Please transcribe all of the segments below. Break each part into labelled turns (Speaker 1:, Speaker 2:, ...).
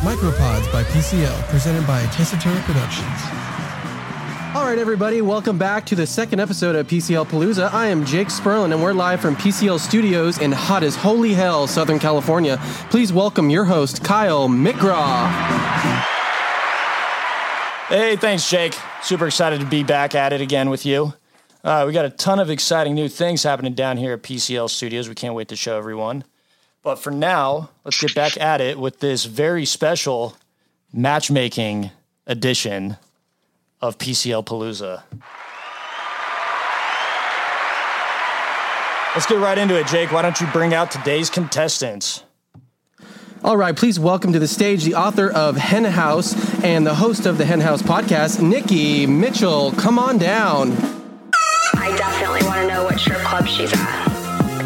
Speaker 1: Micropods by PCL, presented by Tessitera Productions. All right, everybody, welcome back to the second episode of PCL Palooza. I am Jake Sperlin, and we're live from PCL Studios in hot as holy hell, Southern California. Please welcome your host, Kyle McGraw.
Speaker 2: Hey, thanks, Jake. Super excited to be back at it again with you. Uh, we got a ton of exciting new things happening down here at PCL Studios. We can't wait to show everyone. But for now, let's get back at it with this very special matchmaking edition of PCL Palooza. Let's get right into it, Jake. Why don't you bring out today's contestants?
Speaker 1: All right, please welcome to the stage the author of Hen House and the host of the Hen House podcast, Nikki Mitchell. Come on down.
Speaker 3: I definitely want to know what strip club she's at.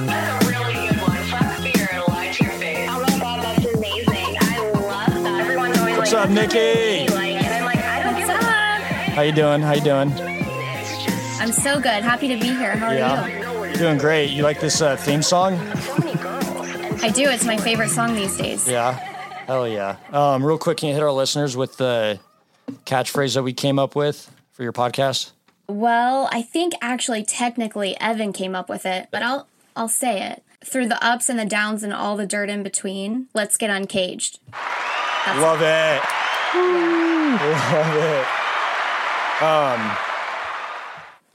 Speaker 4: That's a really good one. Fuck beer and lie to your face.
Speaker 3: Oh my god, that's amazing. I love that. Everyone's always
Speaker 2: What's
Speaker 3: like,
Speaker 2: up, Nikki?
Speaker 3: Like, and I'm like, I don't give a fuck.
Speaker 2: How you doing? How you doing?
Speaker 3: It's just
Speaker 5: I'm so good. Happy to be here. How are you?
Speaker 2: Yeah, doing great. You like this uh, theme song?
Speaker 3: so many girls. And
Speaker 5: I do. It's my favorite song these days.
Speaker 2: Yeah. Hell yeah. Um, real quick, can you hit our listeners with the catchphrase that we came up with for your podcast?
Speaker 5: Well, I think actually technically Evan came up with it, but I'll I'll say it. Through the ups and the downs and all the dirt in between, let's get uncaged.
Speaker 2: Love it. Love it. Um,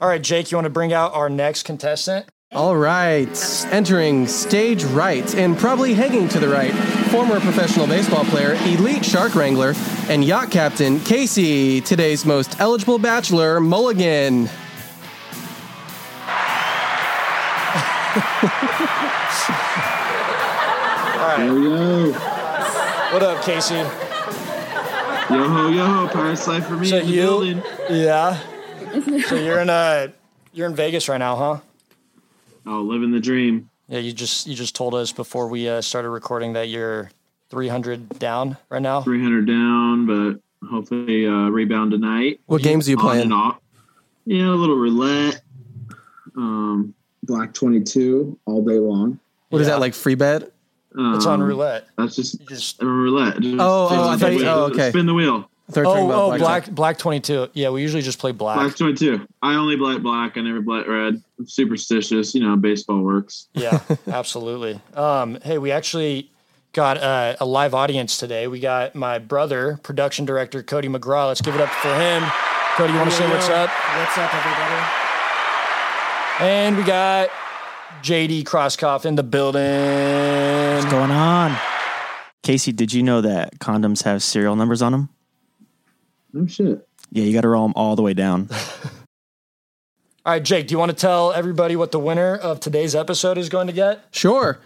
Speaker 2: all right, Jake, you want to bring out our next contestant?
Speaker 1: All right, entering stage right and probably hanging to the right, former professional baseball player, elite shark wrangler, and yacht captain Casey, today's most eligible bachelor, Mulligan.
Speaker 6: Yo, yo,
Speaker 2: What up, Casey?
Speaker 6: yo ho, yo ho, Pirates Life for me
Speaker 2: So
Speaker 6: in the
Speaker 2: you-
Speaker 6: building.
Speaker 2: Yeah. So you're in uh you're in Vegas right now, huh?
Speaker 6: Oh, living the dream.
Speaker 2: Yeah, you just you just told us before we uh, started recording that you're 300 down right now.
Speaker 6: 300 down, but hopefully uh, rebound tonight.
Speaker 1: What games are you
Speaker 6: On
Speaker 1: playing?
Speaker 6: and off. Yeah, a little roulette. Um, Black 22 all day long.
Speaker 1: What is
Speaker 2: Yeah.
Speaker 1: that, like free bet?
Speaker 6: Um,
Speaker 2: It's on roulette.
Speaker 6: That's just,
Speaker 2: You just
Speaker 6: a roulette. Just
Speaker 1: Oh, oh, I thought
Speaker 6: spin the
Speaker 1: you-
Speaker 6: wheel.
Speaker 1: oh, okay.
Speaker 6: Spin the wheel.
Speaker 1: Third
Speaker 2: Oh, oh, black, black twenty two. Yeah, we usually just play black.
Speaker 6: Black 22. I only black black. I never black red. I'm superstitious. You know how baseball works.
Speaker 2: Yeah, absolutely. Um, hey, we actually got uh, a live audience today. We got my brother, production director Cody McGraw. Let's give it up for him. Cody, you want to say what's up?
Speaker 7: What's up, everybody?
Speaker 2: And we got JD Crosskoff in the building.
Speaker 7: What's going on? Casey, did you know that condoms have serial numbers on them?
Speaker 6: Oh, shit.
Speaker 7: Yeah, you got to roll them all the way down.
Speaker 2: All right, Jake, do you want to tell everybody what the winner of today's episode is going to get?
Speaker 1: Sure.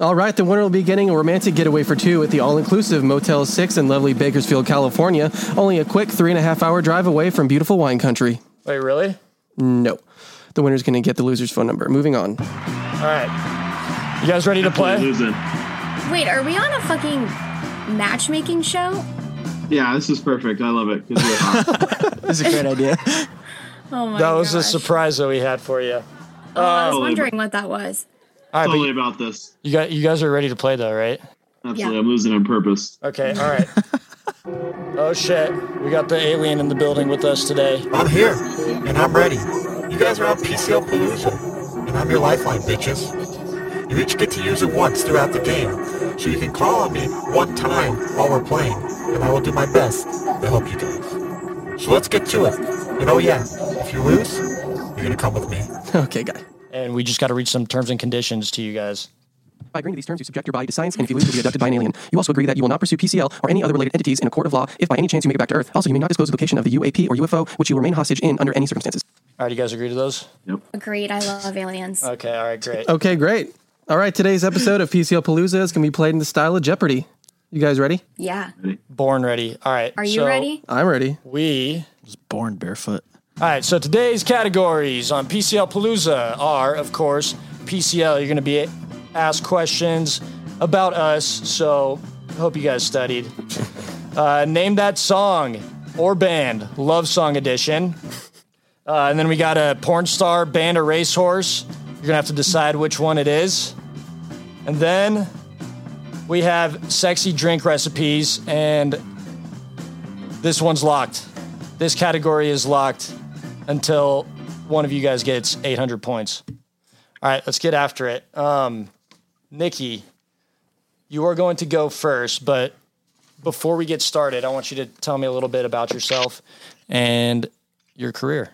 Speaker 1: All right, the winner will be getting a romantic getaway for two at the all inclusive Motel 6 in lovely Bakersfield, California, only a quick three and a half hour drive away from beautiful wine country.
Speaker 2: Wait, really?
Speaker 1: No. The winner's going to get the loser's phone number. Moving on.
Speaker 2: All right. You guys ready to play?
Speaker 6: Losing.
Speaker 5: Wait, are we on a fucking matchmaking show?
Speaker 6: Yeah, this is perfect. I love it. 'cause we're hot.
Speaker 7: That's a great idea.
Speaker 5: Oh my
Speaker 2: That was a
Speaker 5: gosh.
Speaker 2: surprise that we had for you.
Speaker 5: Oh, I was
Speaker 6: Oh.
Speaker 5: wondering what that was.
Speaker 2: All right,
Speaker 6: totally
Speaker 2: but
Speaker 6: about this.
Speaker 2: you, got, you guys are ready to play though, right?
Speaker 6: Absolutely.
Speaker 5: Yeah.
Speaker 6: I'm losing on purpose.
Speaker 2: Okay, all right. oh shit, we got the alien in the building with us today.
Speaker 8: I'm here, and I'm ready. You guys are on PCL Palooza, and I'm your lifeline, bitches. You each get to use it once throughout the game, so you can call on me one time while we're playing, and I will do my best to help you guys. So let's get to it. And oh yeah, if you lose, you're gonna come with me.
Speaker 1: Okay, guy.
Speaker 2: And we just got to reach some terms and conditions to you guys.
Speaker 1: By agreeing to these terms, you subject your body to science, and if you lose, you'll be abducted by an alien. You also agree that you will not pursue PCL or any other related entities in a court of law if by any chance you make it back to Earth. Also, you may not disclose the location of the UAP or UFO, which you remain hostage in under any circumstances.
Speaker 2: All right, you guys agree to those?
Speaker 6: Yep.
Speaker 5: Agreed. I love aliens.
Speaker 2: Okay, all right, great.
Speaker 1: Okay, great. All right, today's episode of PCL Palooza is going to be played in the style of Jeopardy. You guys ready?
Speaker 5: yeah.
Speaker 2: Born ready. All right.
Speaker 5: Are you
Speaker 2: so
Speaker 5: ready?
Speaker 1: I'm ready.
Speaker 2: We.
Speaker 7: was born barefoot.
Speaker 2: All right, so today's categories on PCL Palooza are, of course, PCL. You're going to be asked questions about us, so hope you guys studied. Uh, name that song or band, Love Song Edition. Uh, and then we got a porn star, band, or racehorse. You're going to have to decide which one it is. And then We have sexy drink recipes, and this one's locked. This category is locked until one of you guys gets 800 points. All right, let's get after it. Um, Nikki, you are going to go first, but before we get started, I want you to tell me a little bit about yourself and your career.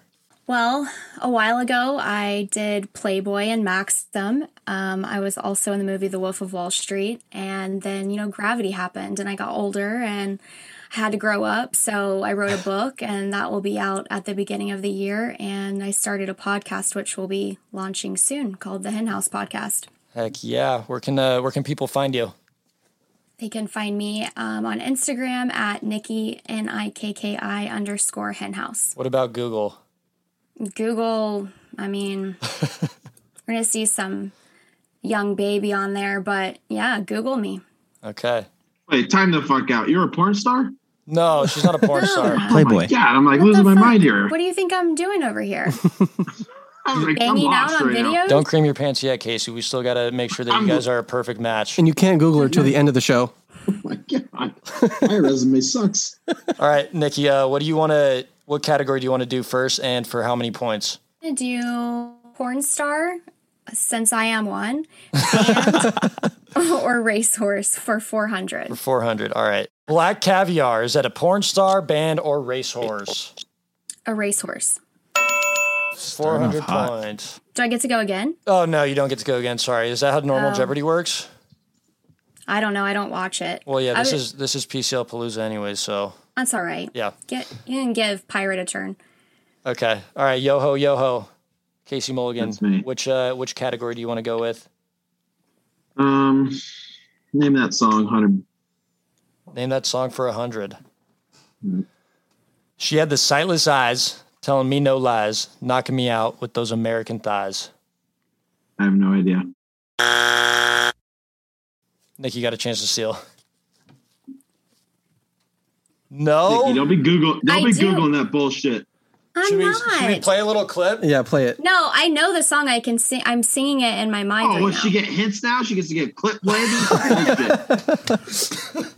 Speaker 5: Well, a while ago, I did Playboy and Maxim. Um, I was also in the movie The Wolf of Wall Street. And then, you know, gravity happened and I got older and I had to grow up. So I wrote a book and that will be out at the beginning of the year. And I started a podcast, which will be launching soon called The Hen House Podcast.
Speaker 2: Heck yeah! Where can uh, where can people find you?
Speaker 5: They can find me um, on Instagram at Nikki, N I K K I underscore henhouse.
Speaker 2: What about Google?
Speaker 5: Google, I mean, we're going to see some young baby on there, but yeah, Google me.
Speaker 2: Okay.
Speaker 6: Wait, time the fuck out. You're a porn star?
Speaker 2: No, she's not a porn star.
Speaker 7: Oh Playboy.
Speaker 6: My God, I'm like
Speaker 5: What the
Speaker 6: losing my
Speaker 5: fuck?
Speaker 6: mind here.
Speaker 5: What do you think I'm doing over here?
Speaker 6: I'm like, I'm
Speaker 5: Banging out
Speaker 6: lost
Speaker 5: on
Speaker 6: right now.
Speaker 5: videos?
Speaker 2: Don't cream your pants yet, Casey. We still gotta make sure that you guys are a perfect match.
Speaker 1: And you can't Google her till the end of the show.
Speaker 6: My God, my resume sucks.
Speaker 2: All right, Nikki, uh, what do you want to? What category do you want to do first, and for how many points?
Speaker 5: I'm going to do porn star since I am one and, or racehorse for 400.
Speaker 2: Four hundred. All right. Black caviar is that a porn star, band, or racehorse?
Speaker 5: A racehorse.
Speaker 2: Four hundred
Speaker 7: off hot.
Speaker 2: points.
Speaker 5: Do I get to go again?
Speaker 2: Oh no, you don't get to go again. Sorry. Is that how normal
Speaker 5: Um,
Speaker 2: Jeopardy works?
Speaker 5: I don't know. I don't watch it.
Speaker 2: Well, yeah.
Speaker 5: I
Speaker 2: This
Speaker 5: would-
Speaker 2: is this is PCL Palooza anyway. So
Speaker 5: That's all right.
Speaker 2: yeah.
Speaker 5: Get You can give Pirate a turn.
Speaker 2: Okay. All right. Yo ho, yo ho. Casey Mulligan.
Speaker 6: That's me.
Speaker 2: Which uh, which category do you want to go with?
Speaker 6: Um, name that song, Hunter.
Speaker 2: Name that song for a 100
Speaker 6: Mm.
Speaker 2: She had the sightless eyes, telling me no lies, knocking me out with those American thighs.
Speaker 6: I have no idea.
Speaker 2: Nick, you got a chance to steal.
Speaker 6: Nikki,
Speaker 2: No.
Speaker 6: don't be Google. Don't
Speaker 5: I
Speaker 6: be
Speaker 5: do.
Speaker 6: googling that bullshit.
Speaker 5: I'm
Speaker 2: Should we,
Speaker 5: not.
Speaker 2: should we play a little clip?
Speaker 1: Yeah, play it.
Speaker 5: No, I know the song. I can sing. I'm singing it in my mind.
Speaker 6: Oh,
Speaker 5: right
Speaker 6: will
Speaker 5: now.
Speaker 6: she get hints now? She gets to get clip played. Bullshit.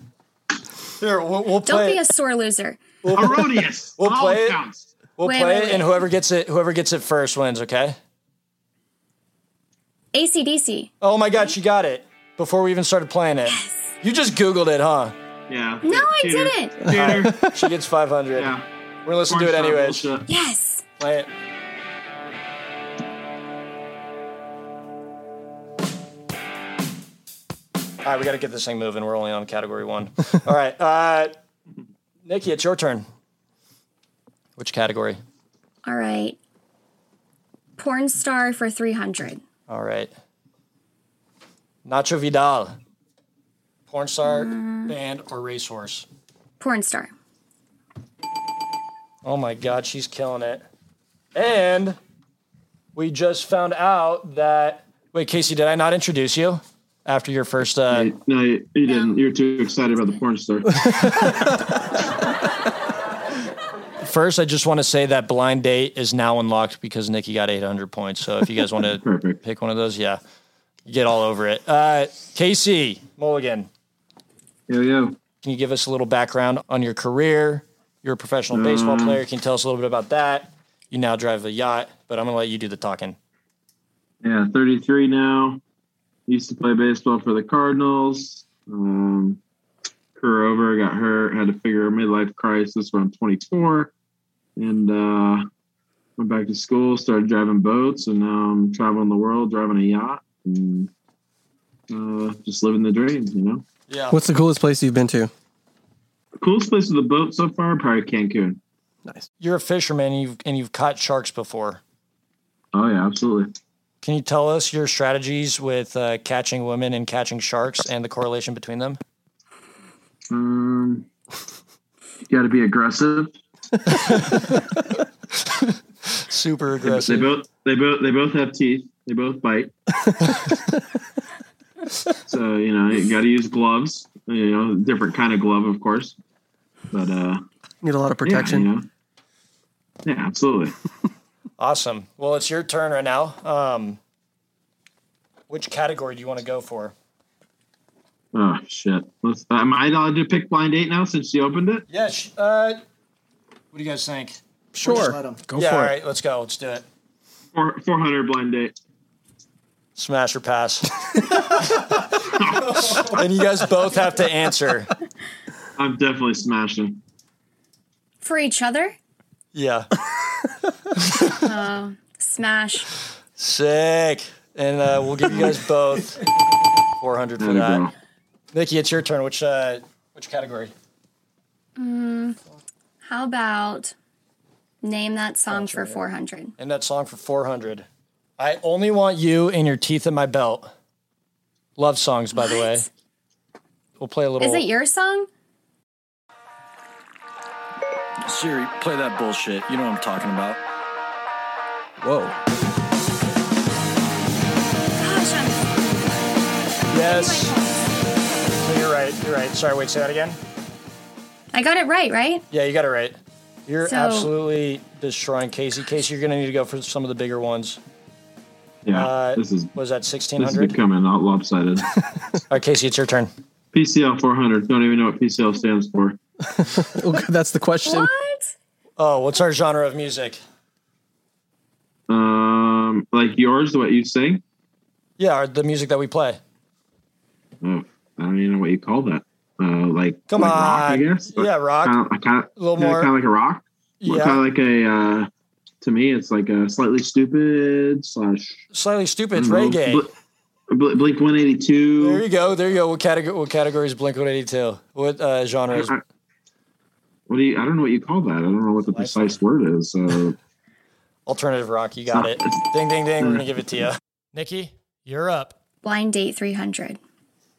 Speaker 2: Here, we'll, we'll
Speaker 5: Don't
Speaker 2: play.
Speaker 5: be a
Speaker 2: it.
Speaker 5: sore loser.
Speaker 6: Erroneous.
Speaker 2: We'll
Speaker 6: All
Speaker 2: play it.
Speaker 6: counts.
Speaker 2: we'll
Speaker 5: Wait,
Speaker 2: play
Speaker 5: wait,
Speaker 2: it, and
Speaker 5: wait.
Speaker 2: whoever gets it, whoever gets it first wins. Okay.
Speaker 5: ACDC.
Speaker 2: Oh my God, she got it before we even started playing it. You just Googled it, huh?
Speaker 6: Yeah.
Speaker 5: No, I
Speaker 6: Cheater.
Speaker 5: didn't.
Speaker 6: Cheater.
Speaker 2: She gets 500.
Speaker 6: yeah.
Speaker 2: We're gonna listen
Speaker 6: Porn
Speaker 2: to it
Speaker 6: star
Speaker 2: anyways.
Speaker 6: bullshit.
Speaker 5: Yes.
Speaker 2: Play it. All right, we got to get this thing moving. We're only on category one. All right, uh, Nikki, it's your turn. Which category?
Speaker 5: All right. Porn star for 300.
Speaker 2: All right, Nacho Vidal, porn star, band, or racehorse?
Speaker 5: Porn star.
Speaker 2: Oh my God, she's killing it. And we just found out that. Wait, Casey, did I not introduce you after your first? Uh,
Speaker 6: Hey, No, you, you didn't. You're too excited about the porn star.
Speaker 2: First, I just want to say that blind date is now unlocked because Nikki got 800 points. So if you guys want to
Speaker 6: Perfect.
Speaker 2: pick one of those, yeah, get all over it. Uh, Casey Mulligan,
Speaker 6: Yo yo.
Speaker 2: can you give us a little background on your career? You're a professional baseball
Speaker 6: Um,
Speaker 2: player. Can you tell us a little bit about that? You now drive a yacht, but I'm going to let you do the talking.
Speaker 6: Yeah, 33 now. Used to play baseball for the Cardinals. Um, career over, got hurt, had to figure a midlife crisis when I'm 24. And uh, went back to school, started driving boats, and now I'm traveling the world, driving a yacht, and uh, just living the dream, you know?
Speaker 2: Yeah.
Speaker 1: What's the coolest place you've been to?
Speaker 6: Coolest place with a boat so far, probably Cancun.
Speaker 2: You're a fisherman and you've, and you've caught sharks before.
Speaker 6: Oh, yeah, absolutely.
Speaker 2: Can you tell us your strategies with uh, catching women and catching sharks and the correlation between them?
Speaker 6: Um, you got to be aggressive.
Speaker 2: Super
Speaker 6: They
Speaker 2: aggressive.
Speaker 6: both they both they both have teeth. They both bite. so you know you got to use gloves. You know, different kind of glove, of course. But uh,
Speaker 1: Need a lot of
Speaker 6: yeah,
Speaker 1: protection.
Speaker 6: you know. yeah, absolutely.
Speaker 2: Awesome. Well, it's your turn right now. Um, which category do you want to go for?
Speaker 6: Oh shit! Let's, am I allowed to pick blind date now since you opened it?
Speaker 2: Yeah. Sh- uh, what do you guys think?
Speaker 1: Sure.
Speaker 7: Let 'em. Go
Speaker 2: yeah.
Speaker 7: for
Speaker 2: All
Speaker 7: it.
Speaker 2: right. Let's go. Let's do it.
Speaker 6: Four four hundred blind date.
Speaker 2: Smash or pass. and you guys both have to answer.
Speaker 6: I'm definitely smashing.
Speaker 5: For each other?
Speaker 2: Yeah.
Speaker 5: Smash.
Speaker 2: Sick. And uh, we'll give you guys both 400 for
Speaker 6: There you go.
Speaker 2: that. Nikki, it's your turn. Which uh, which category?
Speaker 5: How about name that song for 400?
Speaker 2: And that song for 400. I only want you and your teeth in my belt. Love songs, by the way.
Speaker 5: What?
Speaker 2: We'll play a little.
Speaker 5: Is it your song?
Speaker 9: Siri, play that bullshit. You know what I'm talking about.
Speaker 1: Whoa.
Speaker 5: Gosh, I'm
Speaker 2: Yes. So you're right. You're right. Sorry. Wait. Say that again.
Speaker 5: I got it right, right?
Speaker 2: Yeah, you got it right. You're
Speaker 5: So-
Speaker 2: absolutely destroying Casey. Casey, you're gonna need to go for some of the bigger ones.
Speaker 6: Yeah,
Speaker 2: Uh,
Speaker 6: this is
Speaker 2: Was that
Speaker 6: this is
Speaker 2: 1600? All
Speaker 6: becoming all lopsided.
Speaker 2: right, Casey, it's your turn.
Speaker 6: PCL 400. Don't even know what PCL stands for.
Speaker 1: Okay, that's the question.
Speaker 5: What?
Speaker 2: Oh, what's our genre of music?
Speaker 6: Um, like yours, what you sing.
Speaker 2: Yeah, our, the music that we play.
Speaker 6: Oh, I don't even know what you call that. Uh, like
Speaker 2: Come
Speaker 6: like rock, I
Speaker 2: on.
Speaker 6: guess.
Speaker 2: Yeah, rock.
Speaker 6: Kinda, I kind of
Speaker 2: A little more-
Speaker 6: kind of like a rock.
Speaker 2: Yeah,
Speaker 6: Kind of like a. Uh, to me, it's like a slightly stupid slash
Speaker 2: slightly stupid. It's
Speaker 6: I don't know,
Speaker 2: reggae.
Speaker 6: Bl- Bl- Blink One Eighty
Speaker 2: there you
Speaker 6: Two.
Speaker 2: go. There you go. What category? What category is Blink 182? What uh, genre is?
Speaker 6: What do you? I don't know what you call that. I don't know what the precise word is. So
Speaker 2: Alternative rock. You got it. Ding, ding, ding. We're gonna give it to you. Nikki, you're up.
Speaker 5: Blind Date 300.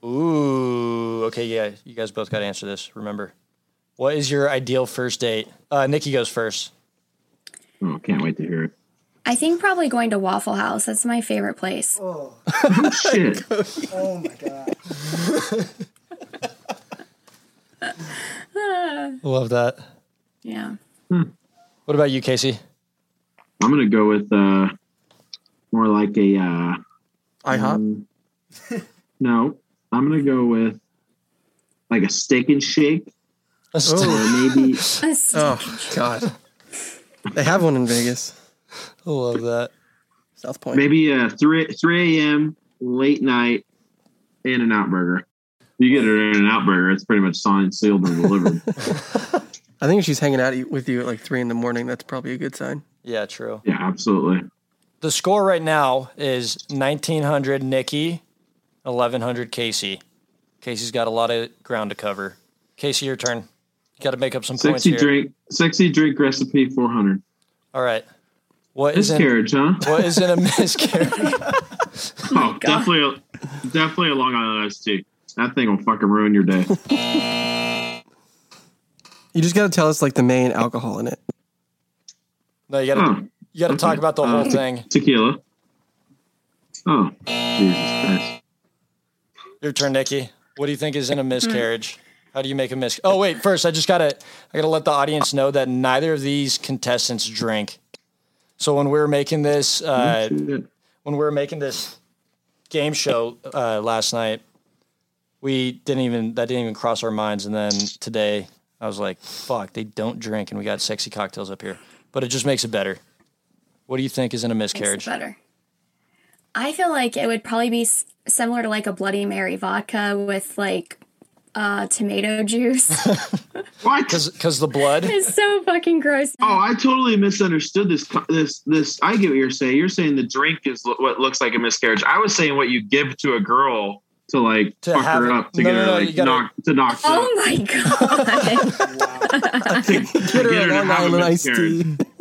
Speaker 2: Ooh. Okay. Yeah. You guys both got to answer this. Remember, what is your ideal first date? Uh, Nikki goes first.
Speaker 6: oh, can't wait to hear it.
Speaker 5: I think probably going to Waffle House. That's my favorite place.
Speaker 6: Oh, shit.
Speaker 2: Love that.
Speaker 5: Yeah.
Speaker 2: What about you, Casey?
Speaker 6: I'm gonna go with uh, more like a. Uh,
Speaker 1: IHOP.
Speaker 6: um, no, I'm gonna go with like a steak and shake,
Speaker 2: Oh.
Speaker 6: or maybe
Speaker 1: Oh God. They have one in Vegas.
Speaker 2: Love that.
Speaker 1: South Point.
Speaker 6: maybe a three three a.m. late night In and Out burger. You get an In and Out burger, it's pretty much signed, sealed, and delivered.
Speaker 1: I think if she's hanging out with you at like three in the morning, that's probably a good sign.
Speaker 2: Yeah, true.
Speaker 6: yeah, absolutely.
Speaker 2: The score right now is 1900 Nikki, 1100 Casey. Casey's got a lot of ground to cover. Casey, your turn. Got to make up some points
Speaker 6: Sexy
Speaker 2: here.
Speaker 6: drink, sexy drink recipe 400.
Speaker 2: All right. What is in
Speaker 6: Miscarriage, huh?
Speaker 2: what is in a miscarriage?
Speaker 6: Oh, definitely, a, definitely a Long Island iced tea. That thing will fucking ruin your day.
Speaker 1: You just got to tell us like the main alcohol in it.
Speaker 2: no, you got to
Speaker 6: Oh,
Speaker 2: you got to talk about the whole thing.
Speaker 6: tequila. Oh, Jesus Christ.
Speaker 2: Your turn, Nikki. What do you think is in a
Speaker 5: Hmm.
Speaker 2: miscarriage? How do you make a mis? Oh wait, first I just gotta I gotta let the audience know that neither of these contestants drink. So when we were making this uh,
Speaker 6: Shit.
Speaker 2: when we were making this game show uh, last night, we didn't even that didn't even cross our minds. And then today, I was like, "Fuck, they don't drink," and we got sexy cocktails up here. But it just makes it better. What do you think is in a
Speaker 5: Makes
Speaker 2: miscarriage?
Speaker 5: it better. I feel like it would probably be s- similar to like a Bloody Mary vodka with like uh, tomato juice.
Speaker 6: What?
Speaker 2: Because the blood.
Speaker 5: it's so fucking gross.
Speaker 6: Oh, I totally misunderstood this. co- This, this. I get what you're saying. You're saying the drink is lo- what looks like a miscarriage. I was saying what you give to a girl to like
Speaker 2: To
Speaker 6: fuck
Speaker 2: have
Speaker 6: her
Speaker 2: it-
Speaker 6: up to
Speaker 2: no,
Speaker 6: get
Speaker 2: no,
Speaker 6: her
Speaker 2: no, you
Speaker 6: like
Speaker 2: gotta-
Speaker 6: knock to knock her
Speaker 5: Oh my god!
Speaker 6: up, to, to
Speaker 1: Get her a
Speaker 6: to
Speaker 1: Long
Speaker 6: have a
Speaker 1: Island iced
Speaker 6: miscarriage.
Speaker 1: tea.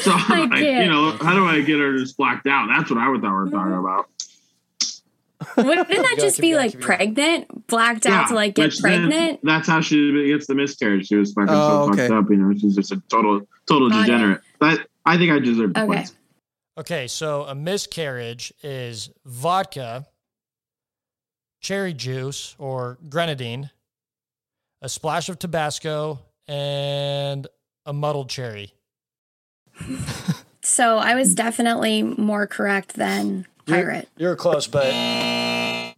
Speaker 6: So I'm like, you
Speaker 5: can't.
Speaker 6: know, how do I get her just blacked out? That's what I would thought we were talking
Speaker 5: Mm-hmm.
Speaker 6: about.
Speaker 5: Wouldn't that
Speaker 2: going,
Speaker 5: just
Speaker 2: keep
Speaker 5: be
Speaker 2: going,
Speaker 5: like
Speaker 2: keep going.
Speaker 5: pregnant, blacked out to like get
Speaker 6: which then-
Speaker 5: pregnant?
Speaker 6: that's how she gets the miscarriage. She was fucking
Speaker 1: Oh,
Speaker 6: so
Speaker 1: okay.
Speaker 6: fucked up, you know. She's just a total, total
Speaker 5: Got it.
Speaker 6: degenerate. But I think I deserve the
Speaker 5: Okay.
Speaker 6: points.
Speaker 2: Okay, so a miscarriage is vodka, cherry juice or grenadine, a splash of Tabasco, and a muddled cherry.
Speaker 5: So I was definitely more correct than pirate.
Speaker 2: You were close, but
Speaker 10: All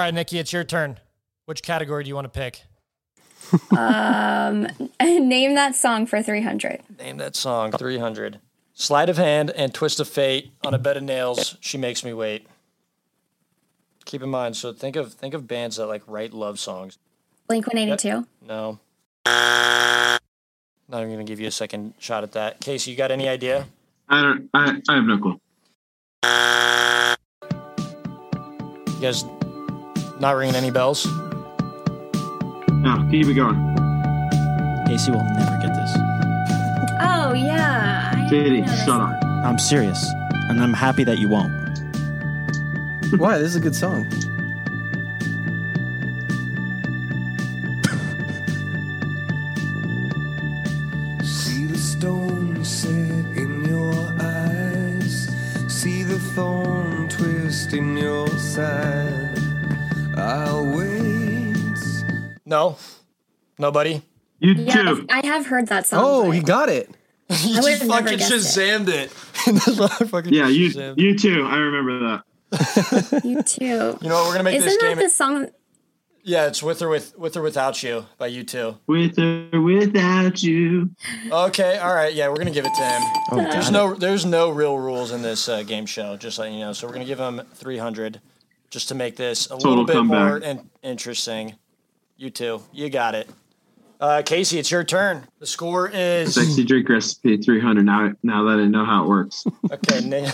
Speaker 10: right, Nikki, it's your turn. Which category do you want to pick?
Speaker 5: Name that song for 300.
Speaker 2: Name that song 300. Sleight of hand and twist of fate on a bed of nails. She makes me wait. Keep in mind. So think of think of bands that like write love songs.
Speaker 5: Blink 182.
Speaker 2: No. Not even gonna give you a second shot at that. Casey, you got any idea?
Speaker 6: I don't. I, I have no clue.
Speaker 2: You guys not ringing any bells?
Speaker 6: No, keep it going.
Speaker 7: Casey will never get this.
Speaker 5: Oh, yeah. I
Speaker 6: Katie,
Speaker 5: know this.
Speaker 6: shut up.
Speaker 7: I'm serious, and I'm happy that you won't.
Speaker 1: Why? This is a good song.
Speaker 11: See the stone set in your eyes. See the thorn twist in your side. I'll wait.
Speaker 2: No? Nobody?
Speaker 6: You
Speaker 5: Yeah,
Speaker 6: too.
Speaker 5: I have heard that song.
Speaker 1: Oh,
Speaker 5: but
Speaker 1: he got it.
Speaker 2: You
Speaker 5: would've never guessed it.
Speaker 2: it. That's what I fucking
Speaker 6: Yeah, you
Speaker 2: Shazammed.
Speaker 6: you too. I remember that.
Speaker 5: You too.
Speaker 2: You know what? We're gonna make
Speaker 5: Isn't
Speaker 2: this
Speaker 5: that
Speaker 2: game.
Speaker 5: the song?
Speaker 2: yeah, it's with or with with or without you by you two.
Speaker 6: With or without you.
Speaker 2: Okay, all right. Yeah, we're gonna give it to him.
Speaker 7: Oh,
Speaker 2: There's
Speaker 7: God.
Speaker 2: no there's no real rules in this uh, game show. Just letting you know. So we're gonna give him 300, just to make this a little bit
Speaker 6: comeback.
Speaker 2: more in- interesting. You two, you got it. Uh, Casey, it's your turn. The score is
Speaker 1: Hmm.
Speaker 6: Sexy drink recipe 300. Now now that I know how it works.
Speaker 2: okay. Ni-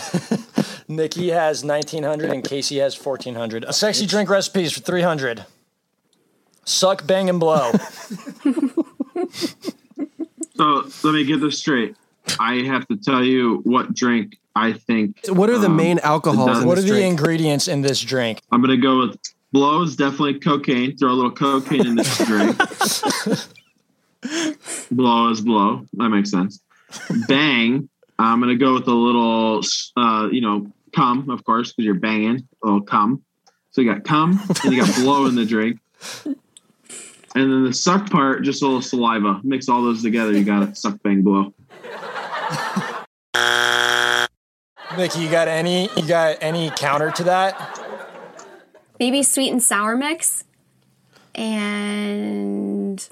Speaker 2: Nikki has 1900 and Casey has 1400. A sexy drink recipes for 300. Suck, bang, and blow.
Speaker 6: So let me get this straight. I have to tell you what drink I think.
Speaker 1: What are the
Speaker 6: um,
Speaker 1: main alcohols in
Speaker 2: what are
Speaker 1: this
Speaker 2: the
Speaker 1: drink?
Speaker 2: ingredients in this drink?
Speaker 6: I'm gonna go with blows. Definitely cocaine. Throw a little cocaine in this drink. blow is blow. That makes sense. Bang. I'm gonna go with a little, uh, you know, cum, of course, because you're banging a little cum. So you got cum and you got blow in the drink. And then the suck part, just a little saliva. Mix all those together. You got it. Suck, bang, blow.
Speaker 2: Nikki, you got any? You got any counter to that?
Speaker 5: Maybe sweet and sour mix. And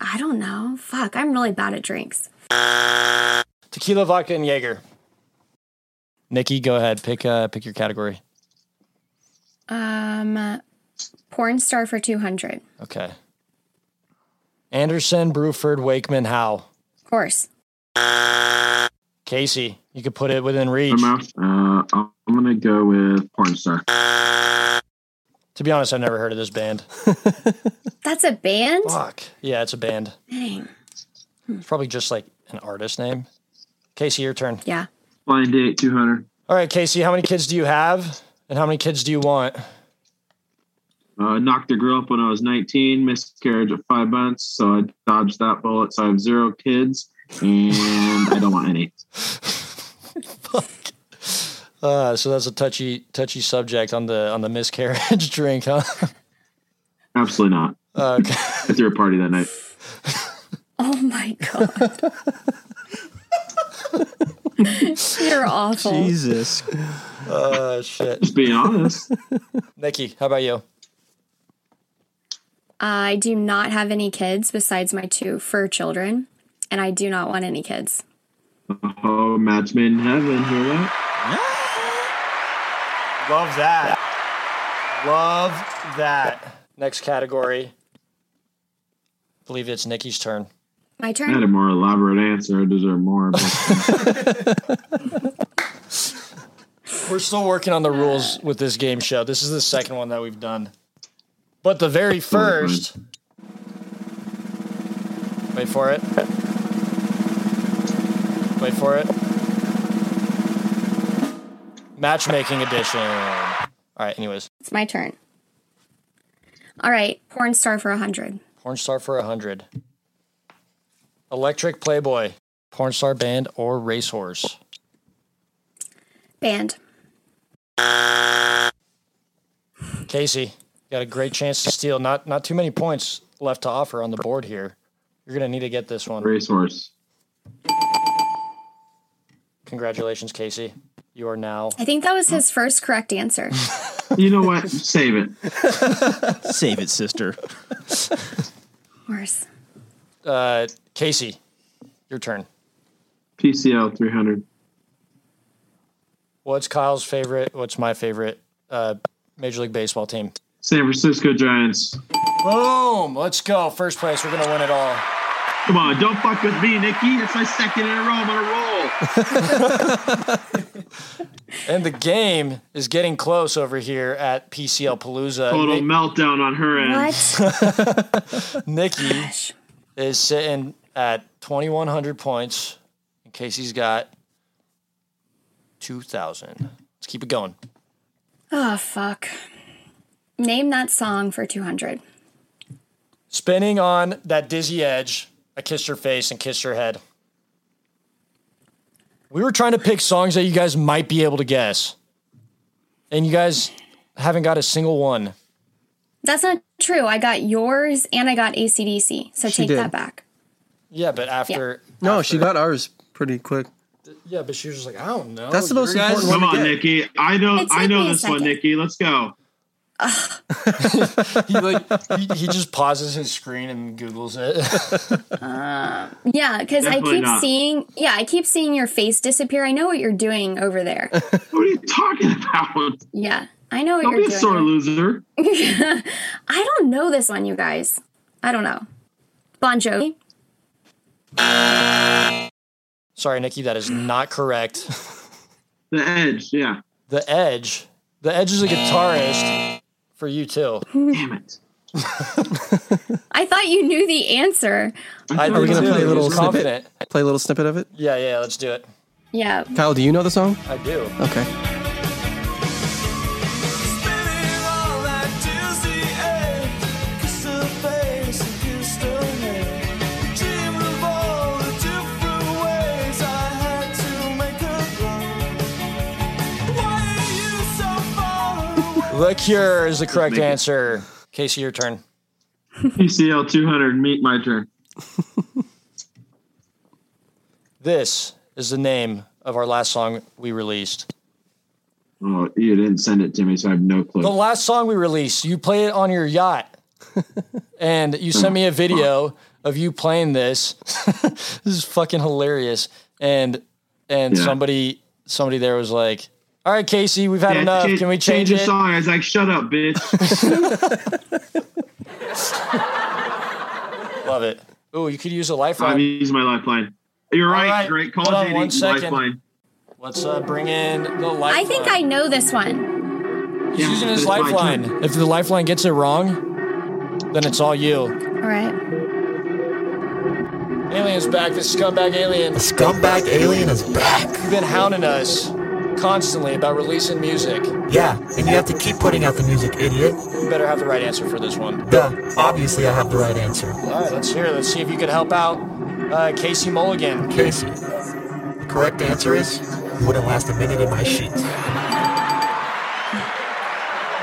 Speaker 5: I don't know. Fuck, I'm really bad at drinks.
Speaker 2: Tequila, vodka, and Jaeger. Nikki, go ahead. Pick uh, pick your category.
Speaker 5: Um, porn star for 200.
Speaker 2: Okay. Anderson, Bruford, Wakeman, Howe.
Speaker 5: Of course.
Speaker 2: Casey, you could put it within reach.
Speaker 6: My mouth. Uh, I'm gonna go with porn star.
Speaker 2: To be honest, I've never heard of this band.
Speaker 5: That's a band?
Speaker 2: Fuck. Yeah, it's a band.
Speaker 5: Dang.
Speaker 2: It's probably just like an artist name. Casey, your turn.
Speaker 5: Yeah.
Speaker 6: Blind date 200.
Speaker 2: All right, Casey, how many kids do you have? And how many kids do you want?
Speaker 6: Uh, knocked a girl up when I was 19, miscarriage at five months, so I dodged that bullet. So I have zero kids, and I don't want any.
Speaker 2: Uh, so that's a touchy touchy subject on the on the miscarriage drink, huh?
Speaker 6: Absolutely not.
Speaker 2: Uh, okay.
Speaker 6: I threw a party that night.
Speaker 5: Oh my God. You're awful.
Speaker 7: Jesus.
Speaker 2: Oh shit.
Speaker 6: Just being honest.
Speaker 2: Nikki, how about you?
Speaker 5: I do not have any kids besides my two fur children, and I do not want any kids.
Speaker 6: Oh, match made in heaven. Hear that?
Speaker 2: Love that. Love that. Next category. believe it's Nikki's turn.
Speaker 5: My
Speaker 6: I had
Speaker 5: turn.
Speaker 6: a more elaborate answer. I deserve more. But
Speaker 2: We're still working on the rules with this game show. This is the second one that we've done. But the very first. Wait for it. Wait for it. Matchmaking edition. All right, anyways.
Speaker 5: It's my turn. All right, porn star for 100.
Speaker 2: Porn star for 100. Electric Playboy. Porn star band or racehorse.
Speaker 5: Band.
Speaker 2: Casey, got a great chance to steal. Not not too many points left to offer on the board here. You're gonna need to get this one.
Speaker 6: racehorse.
Speaker 2: Congratulations, Casey. You are now
Speaker 5: I think that was his first correct answer.
Speaker 6: You know what? Save it.
Speaker 7: Save it, sister.
Speaker 5: Worse.
Speaker 2: Uh, Casey, your turn.
Speaker 6: PCL 300.
Speaker 2: What's Kyle's favorite? What's my favorite uh, Major League Baseball team?
Speaker 6: San Francisco Giants.
Speaker 2: Boom! Let's go. First place. We're gonna win it all.
Speaker 6: Come on, don't fuck with me, Nikki. That's my second in a row. I'm on a roll.
Speaker 2: And the game is getting close over here at PCL Palooza.
Speaker 6: Total meltdown on her end.
Speaker 2: Nikki is sitting at 2,100 points, and Casey's got 2,000. Let's keep it going.
Speaker 5: Oh, fuck. Name that song for 200.
Speaker 2: Spinning on that dizzy edge, I kissed her face and kissed her head. We were trying to pick songs that you guys might be able to guess, and you guys haven't got a single one.
Speaker 5: That's not true. I got yours and I got ACDC. So
Speaker 1: She
Speaker 5: take
Speaker 1: did.
Speaker 5: that back.
Speaker 2: Yeah, but after.
Speaker 1: No, she got ours pretty quick.
Speaker 2: Yeah, but she was just like, I don't know.
Speaker 1: That's the most
Speaker 2: Your guys-
Speaker 1: important
Speaker 6: Come
Speaker 1: one. to
Speaker 6: on,
Speaker 1: get.
Speaker 6: Nikki. I know.
Speaker 5: It
Speaker 6: I
Speaker 5: took
Speaker 6: know
Speaker 5: me a
Speaker 6: this one,
Speaker 5: second.
Speaker 6: Nikki. Let's go.
Speaker 2: He, like, he, he just pauses his screen and Googles it.
Speaker 5: Yeah, because I
Speaker 6: Definitely
Speaker 5: keep
Speaker 6: not.
Speaker 5: seeing, yeah, I keep seeing your face disappear. I know what you're doing over there.
Speaker 6: What are you talking about?
Speaker 5: yeah, I know what
Speaker 6: Don't
Speaker 5: you're
Speaker 6: be a
Speaker 5: doing.
Speaker 6: sore loser.
Speaker 5: I don't know this one, you guys. I don't know. Bon Jovi.
Speaker 2: Sorry, Nikki, that is not correct.
Speaker 6: The edge. Yeah.
Speaker 2: The Edge. The Edge is a guitarist for you too.
Speaker 6: Damn it.
Speaker 5: I thought you knew the answer.
Speaker 2: I,
Speaker 1: Are we gonna play a little
Speaker 2: was confident.
Speaker 1: snippet? Play a little snippet of it.
Speaker 2: Yeah, yeah, let's do it.
Speaker 5: Yeah.
Speaker 1: Kyle, do you know the song?
Speaker 2: I do.
Speaker 1: Okay.
Speaker 2: The Cure is the correct
Speaker 6: Make it.
Speaker 2: answer. Casey, your turn.
Speaker 6: PCL 200. Meet my turn.
Speaker 2: This is the name of our last song we released.
Speaker 6: Oh, you didn't send it to me, so I have no
Speaker 2: The
Speaker 6: clue.
Speaker 2: last song we released, you play it on your yacht. and you sent me a video of you playing this. this is fucking hilarious. And and
Speaker 6: Yeah.
Speaker 2: somebody somebody there was like, All right, Casey, we've had
Speaker 6: Yeah,
Speaker 2: enough. Can we change,
Speaker 6: your
Speaker 2: it?
Speaker 6: song? I was like, shut up, bitch.
Speaker 2: Love it. Ooh, you could use a lifeline.
Speaker 6: I'm using my lifeline. You're right.
Speaker 2: right.
Speaker 6: Great call,
Speaker 2: Hold on
Speaker 6: JD.
Speaker 2: one second.
Speaker 6: Lifeline.
Speaker 2: Let's uh, bring in the lifeline.
Speaker 5: I think I know this one.
Speaker 2: He's using his
Speaker 6: It's my
Speaker 2: lifeline. If the lifeline gets it wrong, then it's all you.
Speaker 5: All right.
Speaker 2: Alien's back. This scumbag alien. You've
Speaker 8: Scumbag alien is back.
Speaker 2: been hounding us constantly about releasing music. You
Speaker 8: Yeah, and you have to keep putting out the music, idiot.
Speaker 2: better have the right answer for this one.
Speaker 8: Duh, obviously I have the right answer.
Speaker 2: All right, let's hear it. Let's see if you could help out uh, Casey Mulligan.
Speaker 8: Casey, the correct answer is you wouldn't last a minute in my sheets.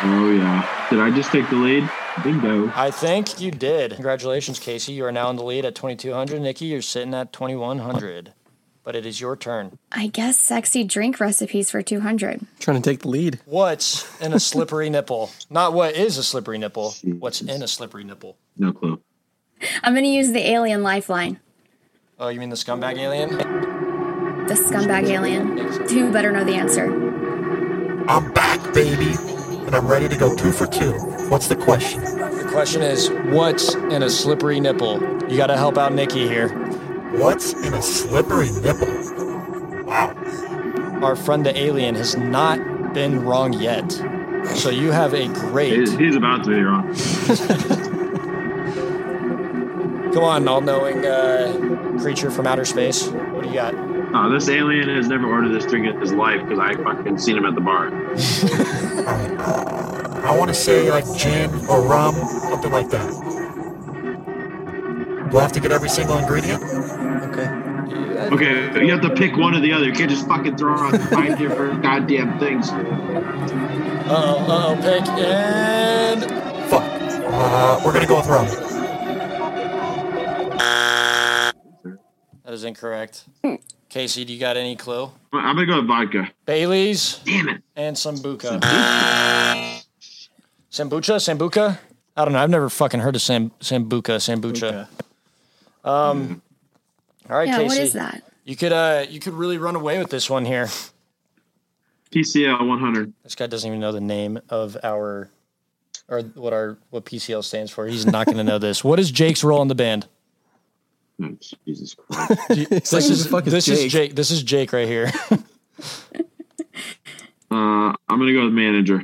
Speaker 6: Oh yeah. Did I just take the lead? Bingo.
Speaker 2: I think you did. Congratulations, Casey. You are now in the lead at 2,200. Nikki, you're sitting at 2,100. But it is your turn.
Speaker 5: I guess sexy drink recipes for 200.
Speaker 1: Trying to take the lead.
Speaker 2: What's in a slippery nipple? Not what is a slippery nipple. What's in a slippery nipple?
Speaker 6: No clue.
Speaker 5: I'm going to use the alien lifeline.
Speaker 2: Oh, you mean the scumbag alien?
Speaker 5: The scumbag alien. Who better know the answer?
Speaker 8: I'm back, baby, and I'm ready to go two for two. What's the question?
Speaker 2: The question is, what's in a slippery nipple? You got to help out Nikki here.
Speaker 8: What's in a slippery nipple?
Speaker 2: Our friend the alien has not been wrong yet. So you have a great.
Speaker 6: He's, he's about to be wrong.
Speaker 2: Come on, all knowing uh, creature from outer space. What do you got?
Speaker 6: Oh, this alien has never ordered this drink in his life because I fucking seen him at the bar.
Speaker 8: I want to say like gin or rum, something like that. Do I have to get every single ingredient?
Speaker 1: Okay.
Speaker 6: Okay, you have to pick one or the other. You can't just fucking throw out five different goddamn things.
Speaker 2: Uh oh, uh oh, pick. And.
Speaker 8: Fuck. Uh, we're gonna go with rum.
Speaker 2: That is incorrect. Casey, do you got any clue?
Speaker 6: I'm gonna go with vodka.
Speaker 2: Bailey's
Speaker 6: Damn it.
Speaker 2: and Sambuca. Sambucha? Sambuca? I don't know. I've never fucking heard of Sam Sambuca, Sambucha. Um, All right,
Speaker 5: yeah,
Speaker 2: Casey.
Speaker 5: what is that?
Speaker 2: You could uh you could really run away with this one here.
Speaker 6: PCL 100.
Speaker 2: This guy doesn't even know the name of our or what our what PCL stands for. He's not going to know this. What is Jake's role in the band?
Speaker 6: Jesus
Speaker 2: Christ. this
Speaker 6: like, who
Speaker 2: is,
Speaker 6: the fuck is
Speaker 2: this
Speaker 6: Jake?
Speaker 2: is Jake. This is Jake right here.
Speaker 6: Uh, I'm going to go with manager.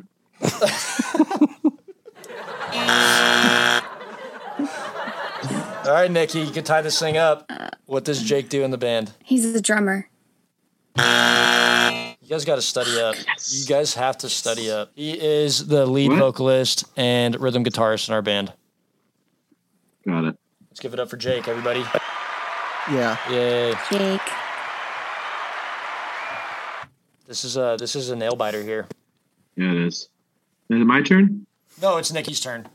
Speaker 2: All right, Nikki, you can tie this thing up. What does Jake do in the band?
Speaker 5: He's the drummer.
Speaker 2: You guys got to study up. You guys have to study up. He is the lead
Speaker 6: What?
Speaker 2: vocalist and rhythm guitarist in our band.
Speaker 6: Got it.
Speaker 2: Let's give it up for Jake, everybody.
Speaker 1: Yeah.
Speaker 2: Yay.
Speaker 5: Jake.
Speaker 2: This is a this is a nail biter here.
Speaker 6: Yeah, it is. Is it my turn?
Speaker 2: No, it's Nikki's turn.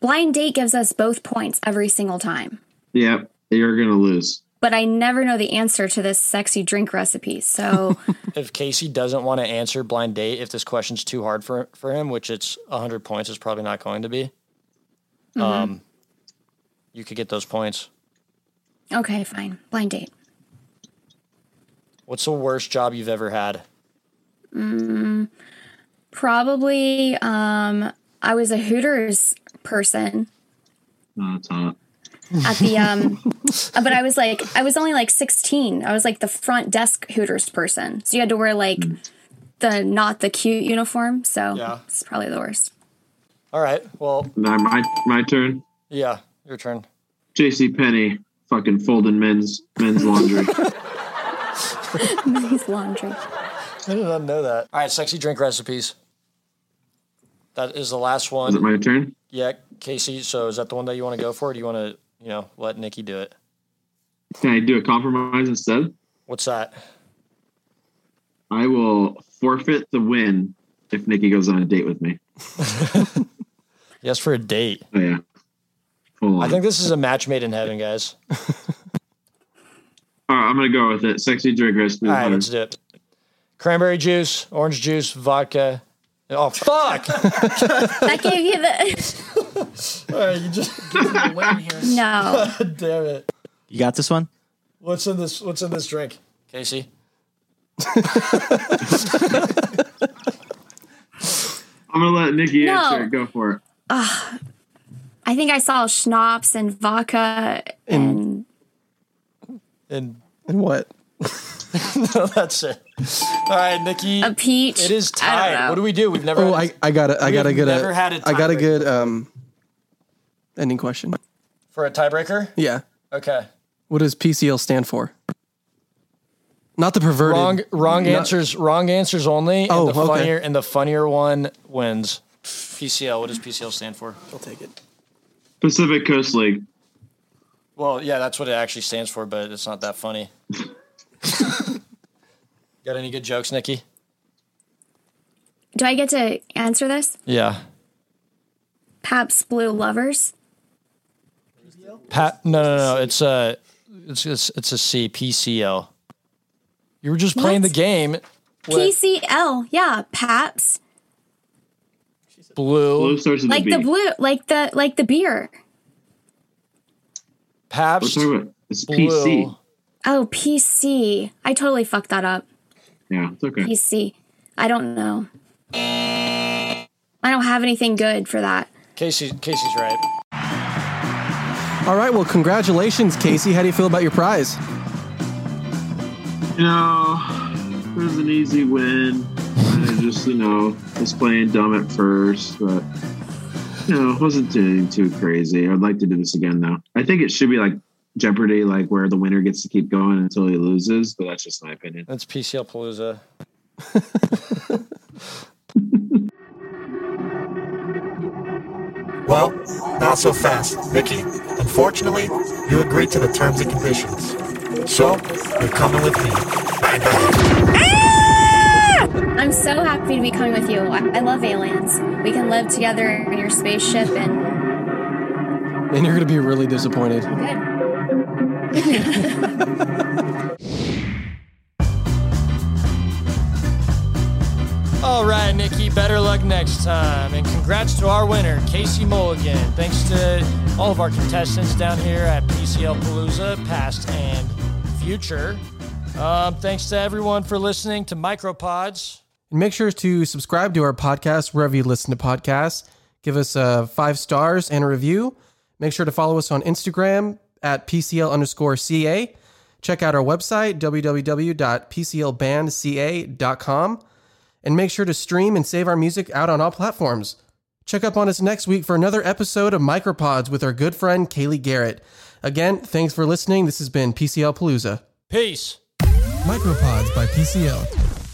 Speaker 5: Blind date gives us both points every single time,
Speaker 6: Yeah, you're going to lose.
Speaker 5: but I never know the answer to this sexy drink recipe. So
Speaker 2: If Casey doesn't want to answer blind date, if this question's too hard for for him, which it's hundred points, it's probably not going to be.
Speaker 6: Mm-hmm.
Speaker 5: Mhm.
Speaker 2: Um, you could get those points.
Speaker 5: okay, fine. Blind date.
Speaker 2: What's the worst job you've ever had?
Speaker 5: Mm, probably um, I was a Hooters person
Speaker 6: No, it's not.
Speaker 5: at the um, but I was like I was only like 16. I was like the front desk Hooters person. So you had to wear like
Speaker 2: Mm.
Speaker 5: the not the cute uniform. So it's probably the worst.
Speaker 2: All right. Well,
Speaker 6: Now my, my turn.
Speaker 2: yeah, your turn.
Speaker 6: JC Penny, fucking folding men's men's laundry.
Speaker 5: Men's laundry.
Speaker 2: I did not know that. All right, sexy drink recipes. That is the last one.
Speaker 6: Is it my turn?
Speaker 2: Yeah, Casey. So is that the one that you want to go for? Or do you want to, you know, let Nikki do it?
Speaker 6: Can I do a compromise instead?
Speaker 2: What's that?
Speaker 6: I will forfeit the win if Nikki goes on a date with me.
Speaker 2: Yes, for a date.
Speaker 6: Oh yeah. Full
Speaker 2: I
Speaker 6: on.
Speaker 2: think this is a match made in heaven, guys.
Speaker 6: All right, I'm gonna go with it. Sexy drink recipe.
Speaker 2: All right, let's do it. Cranberry juice, orange juice, vodka. Oh fuck!
Speaker 5: That gave you the
Speaker 2: All right, you just gave it away here.
Speaker 5: No.
Speaker 2: Damn it!
Speaker 7: You got this one?
Speaker 2: What's in this? What's in this drink, Casey?
Speaker 6: I'm gonna let Nikki
Speaker 5: No.
Speaker 6: answer it. Go for it.
Speaker 5: Ugh. I think I saw schnapps and vodka and
Speaker 2: And
Speaker 1: and what?
Speaker 2: no, that's it. All right, Nikki.
Speaker 5: A peach.
Speaker 2: It is
Speaker 5: I don't
Speaker 2: tied.
Speaker 5: know.
Speaker 2: What do we do? We've never.
Speaker 1: Oh, I, I got a, I
Speaker 2: We
Speaker 1: got a
Speaker 2: have
Speaker 1: good
Speaker 2: never
Speaker 1: uh,
Speaker 2: had a
Speaker 1: I got a
Speaker 2: tiebreaker.
Speaker 1: good um ending question.
Speaker 2: for a tiebreaker.
Speaker 1: Yeah.
Speaker 2: Okay.
Speaker 1: What does PCL stand for? Not the perverted.
Speaker 2: Wrong, wrong
Speaker 1: Not-
Speaker 2: answers. Wrong answers only.
Speaker 1: Oh,
Speaker 2: and the
Speaker 1: okay.
Speaker 2: funnier and the funnier one wins. PCL. What does PCL stand for?
Speaker 1: I'll take it.
Speaker 6: Pacific Coast League.
Speaker 2: Well, yeah, that's what it actually stands for, but it's not that funny. Got any good jokes, Nikki?
Speaker 5: Do I get to answer this?
Speaker 2: Yeah.
Speaker 5: Paps Blue Lovers.
Speaker 2: Pat. No, no, no. It's a. It's it's it's a C. PCL. You were just playing the game. With
Speaker 5: PCL. Yeah, Paps.
Speaker 2: blue.
Speaker 6: Blue starts with
Speaker 5: Like
Speaker 6: a B.
Speaker 5: the blue, like the like the beer.
Speaker 2: Pabst.
Speaker 6: We're talking about it's PC.
Speaker 5: Oh, PC. I totally fucked that up.
Speaker 6: Yeah, it's okay.
Speaker 5: PC. I don't know. I don't have anything good for that.
Speaker 2: Casey. Casey's right.
Speaker 1: All right. Well, congratulations, Casey. How do you feel about your prize?
Speaker 6: You know, it was an easy win. I just, you know, was playing dumb at first, but you know, it wasn't doing too crazy. I'd like to do this again though. I think it should be like Jeopardy, like where the winner gets to keep going until he loses, but that's just my opinion.
Speaker 2: That's PCL Palooza.
Speaker 8: Well, not so fast, Mickey. Unfortunately, you agreed to the terms and conditions. So, you're coming with me.
Speaker 5: I'm so happy to be coming with you. I, I love aliens. We can live together in your spaceship and
Speaker 1: And you're gonna be really disappointed.
Speaker 2: All right, Nikki, better luck next time. And congrats to our winner, Casey Mulligan. Thanks to all of our contestants down here at PCL Palooza, past and future. Um, thanks to everyone for listening to Micropods.
Speaker 1: And make sure to subscribe to our podcast wherever you listen to podcasts. Give us uh, five stars and a review. Make sure to follow us on Instagram at PCL underscore CA. Check out our website, www.pclbandca.com. And make sure to stream and save our music out on all platforms. Check up on us next week for another episode of Micropods with our good friend Kaylee Garrett. Again, thanks for listening. This has been PCL Palooza.
Speaker 2: Peace.
Speaker 1: Micropods by PCL.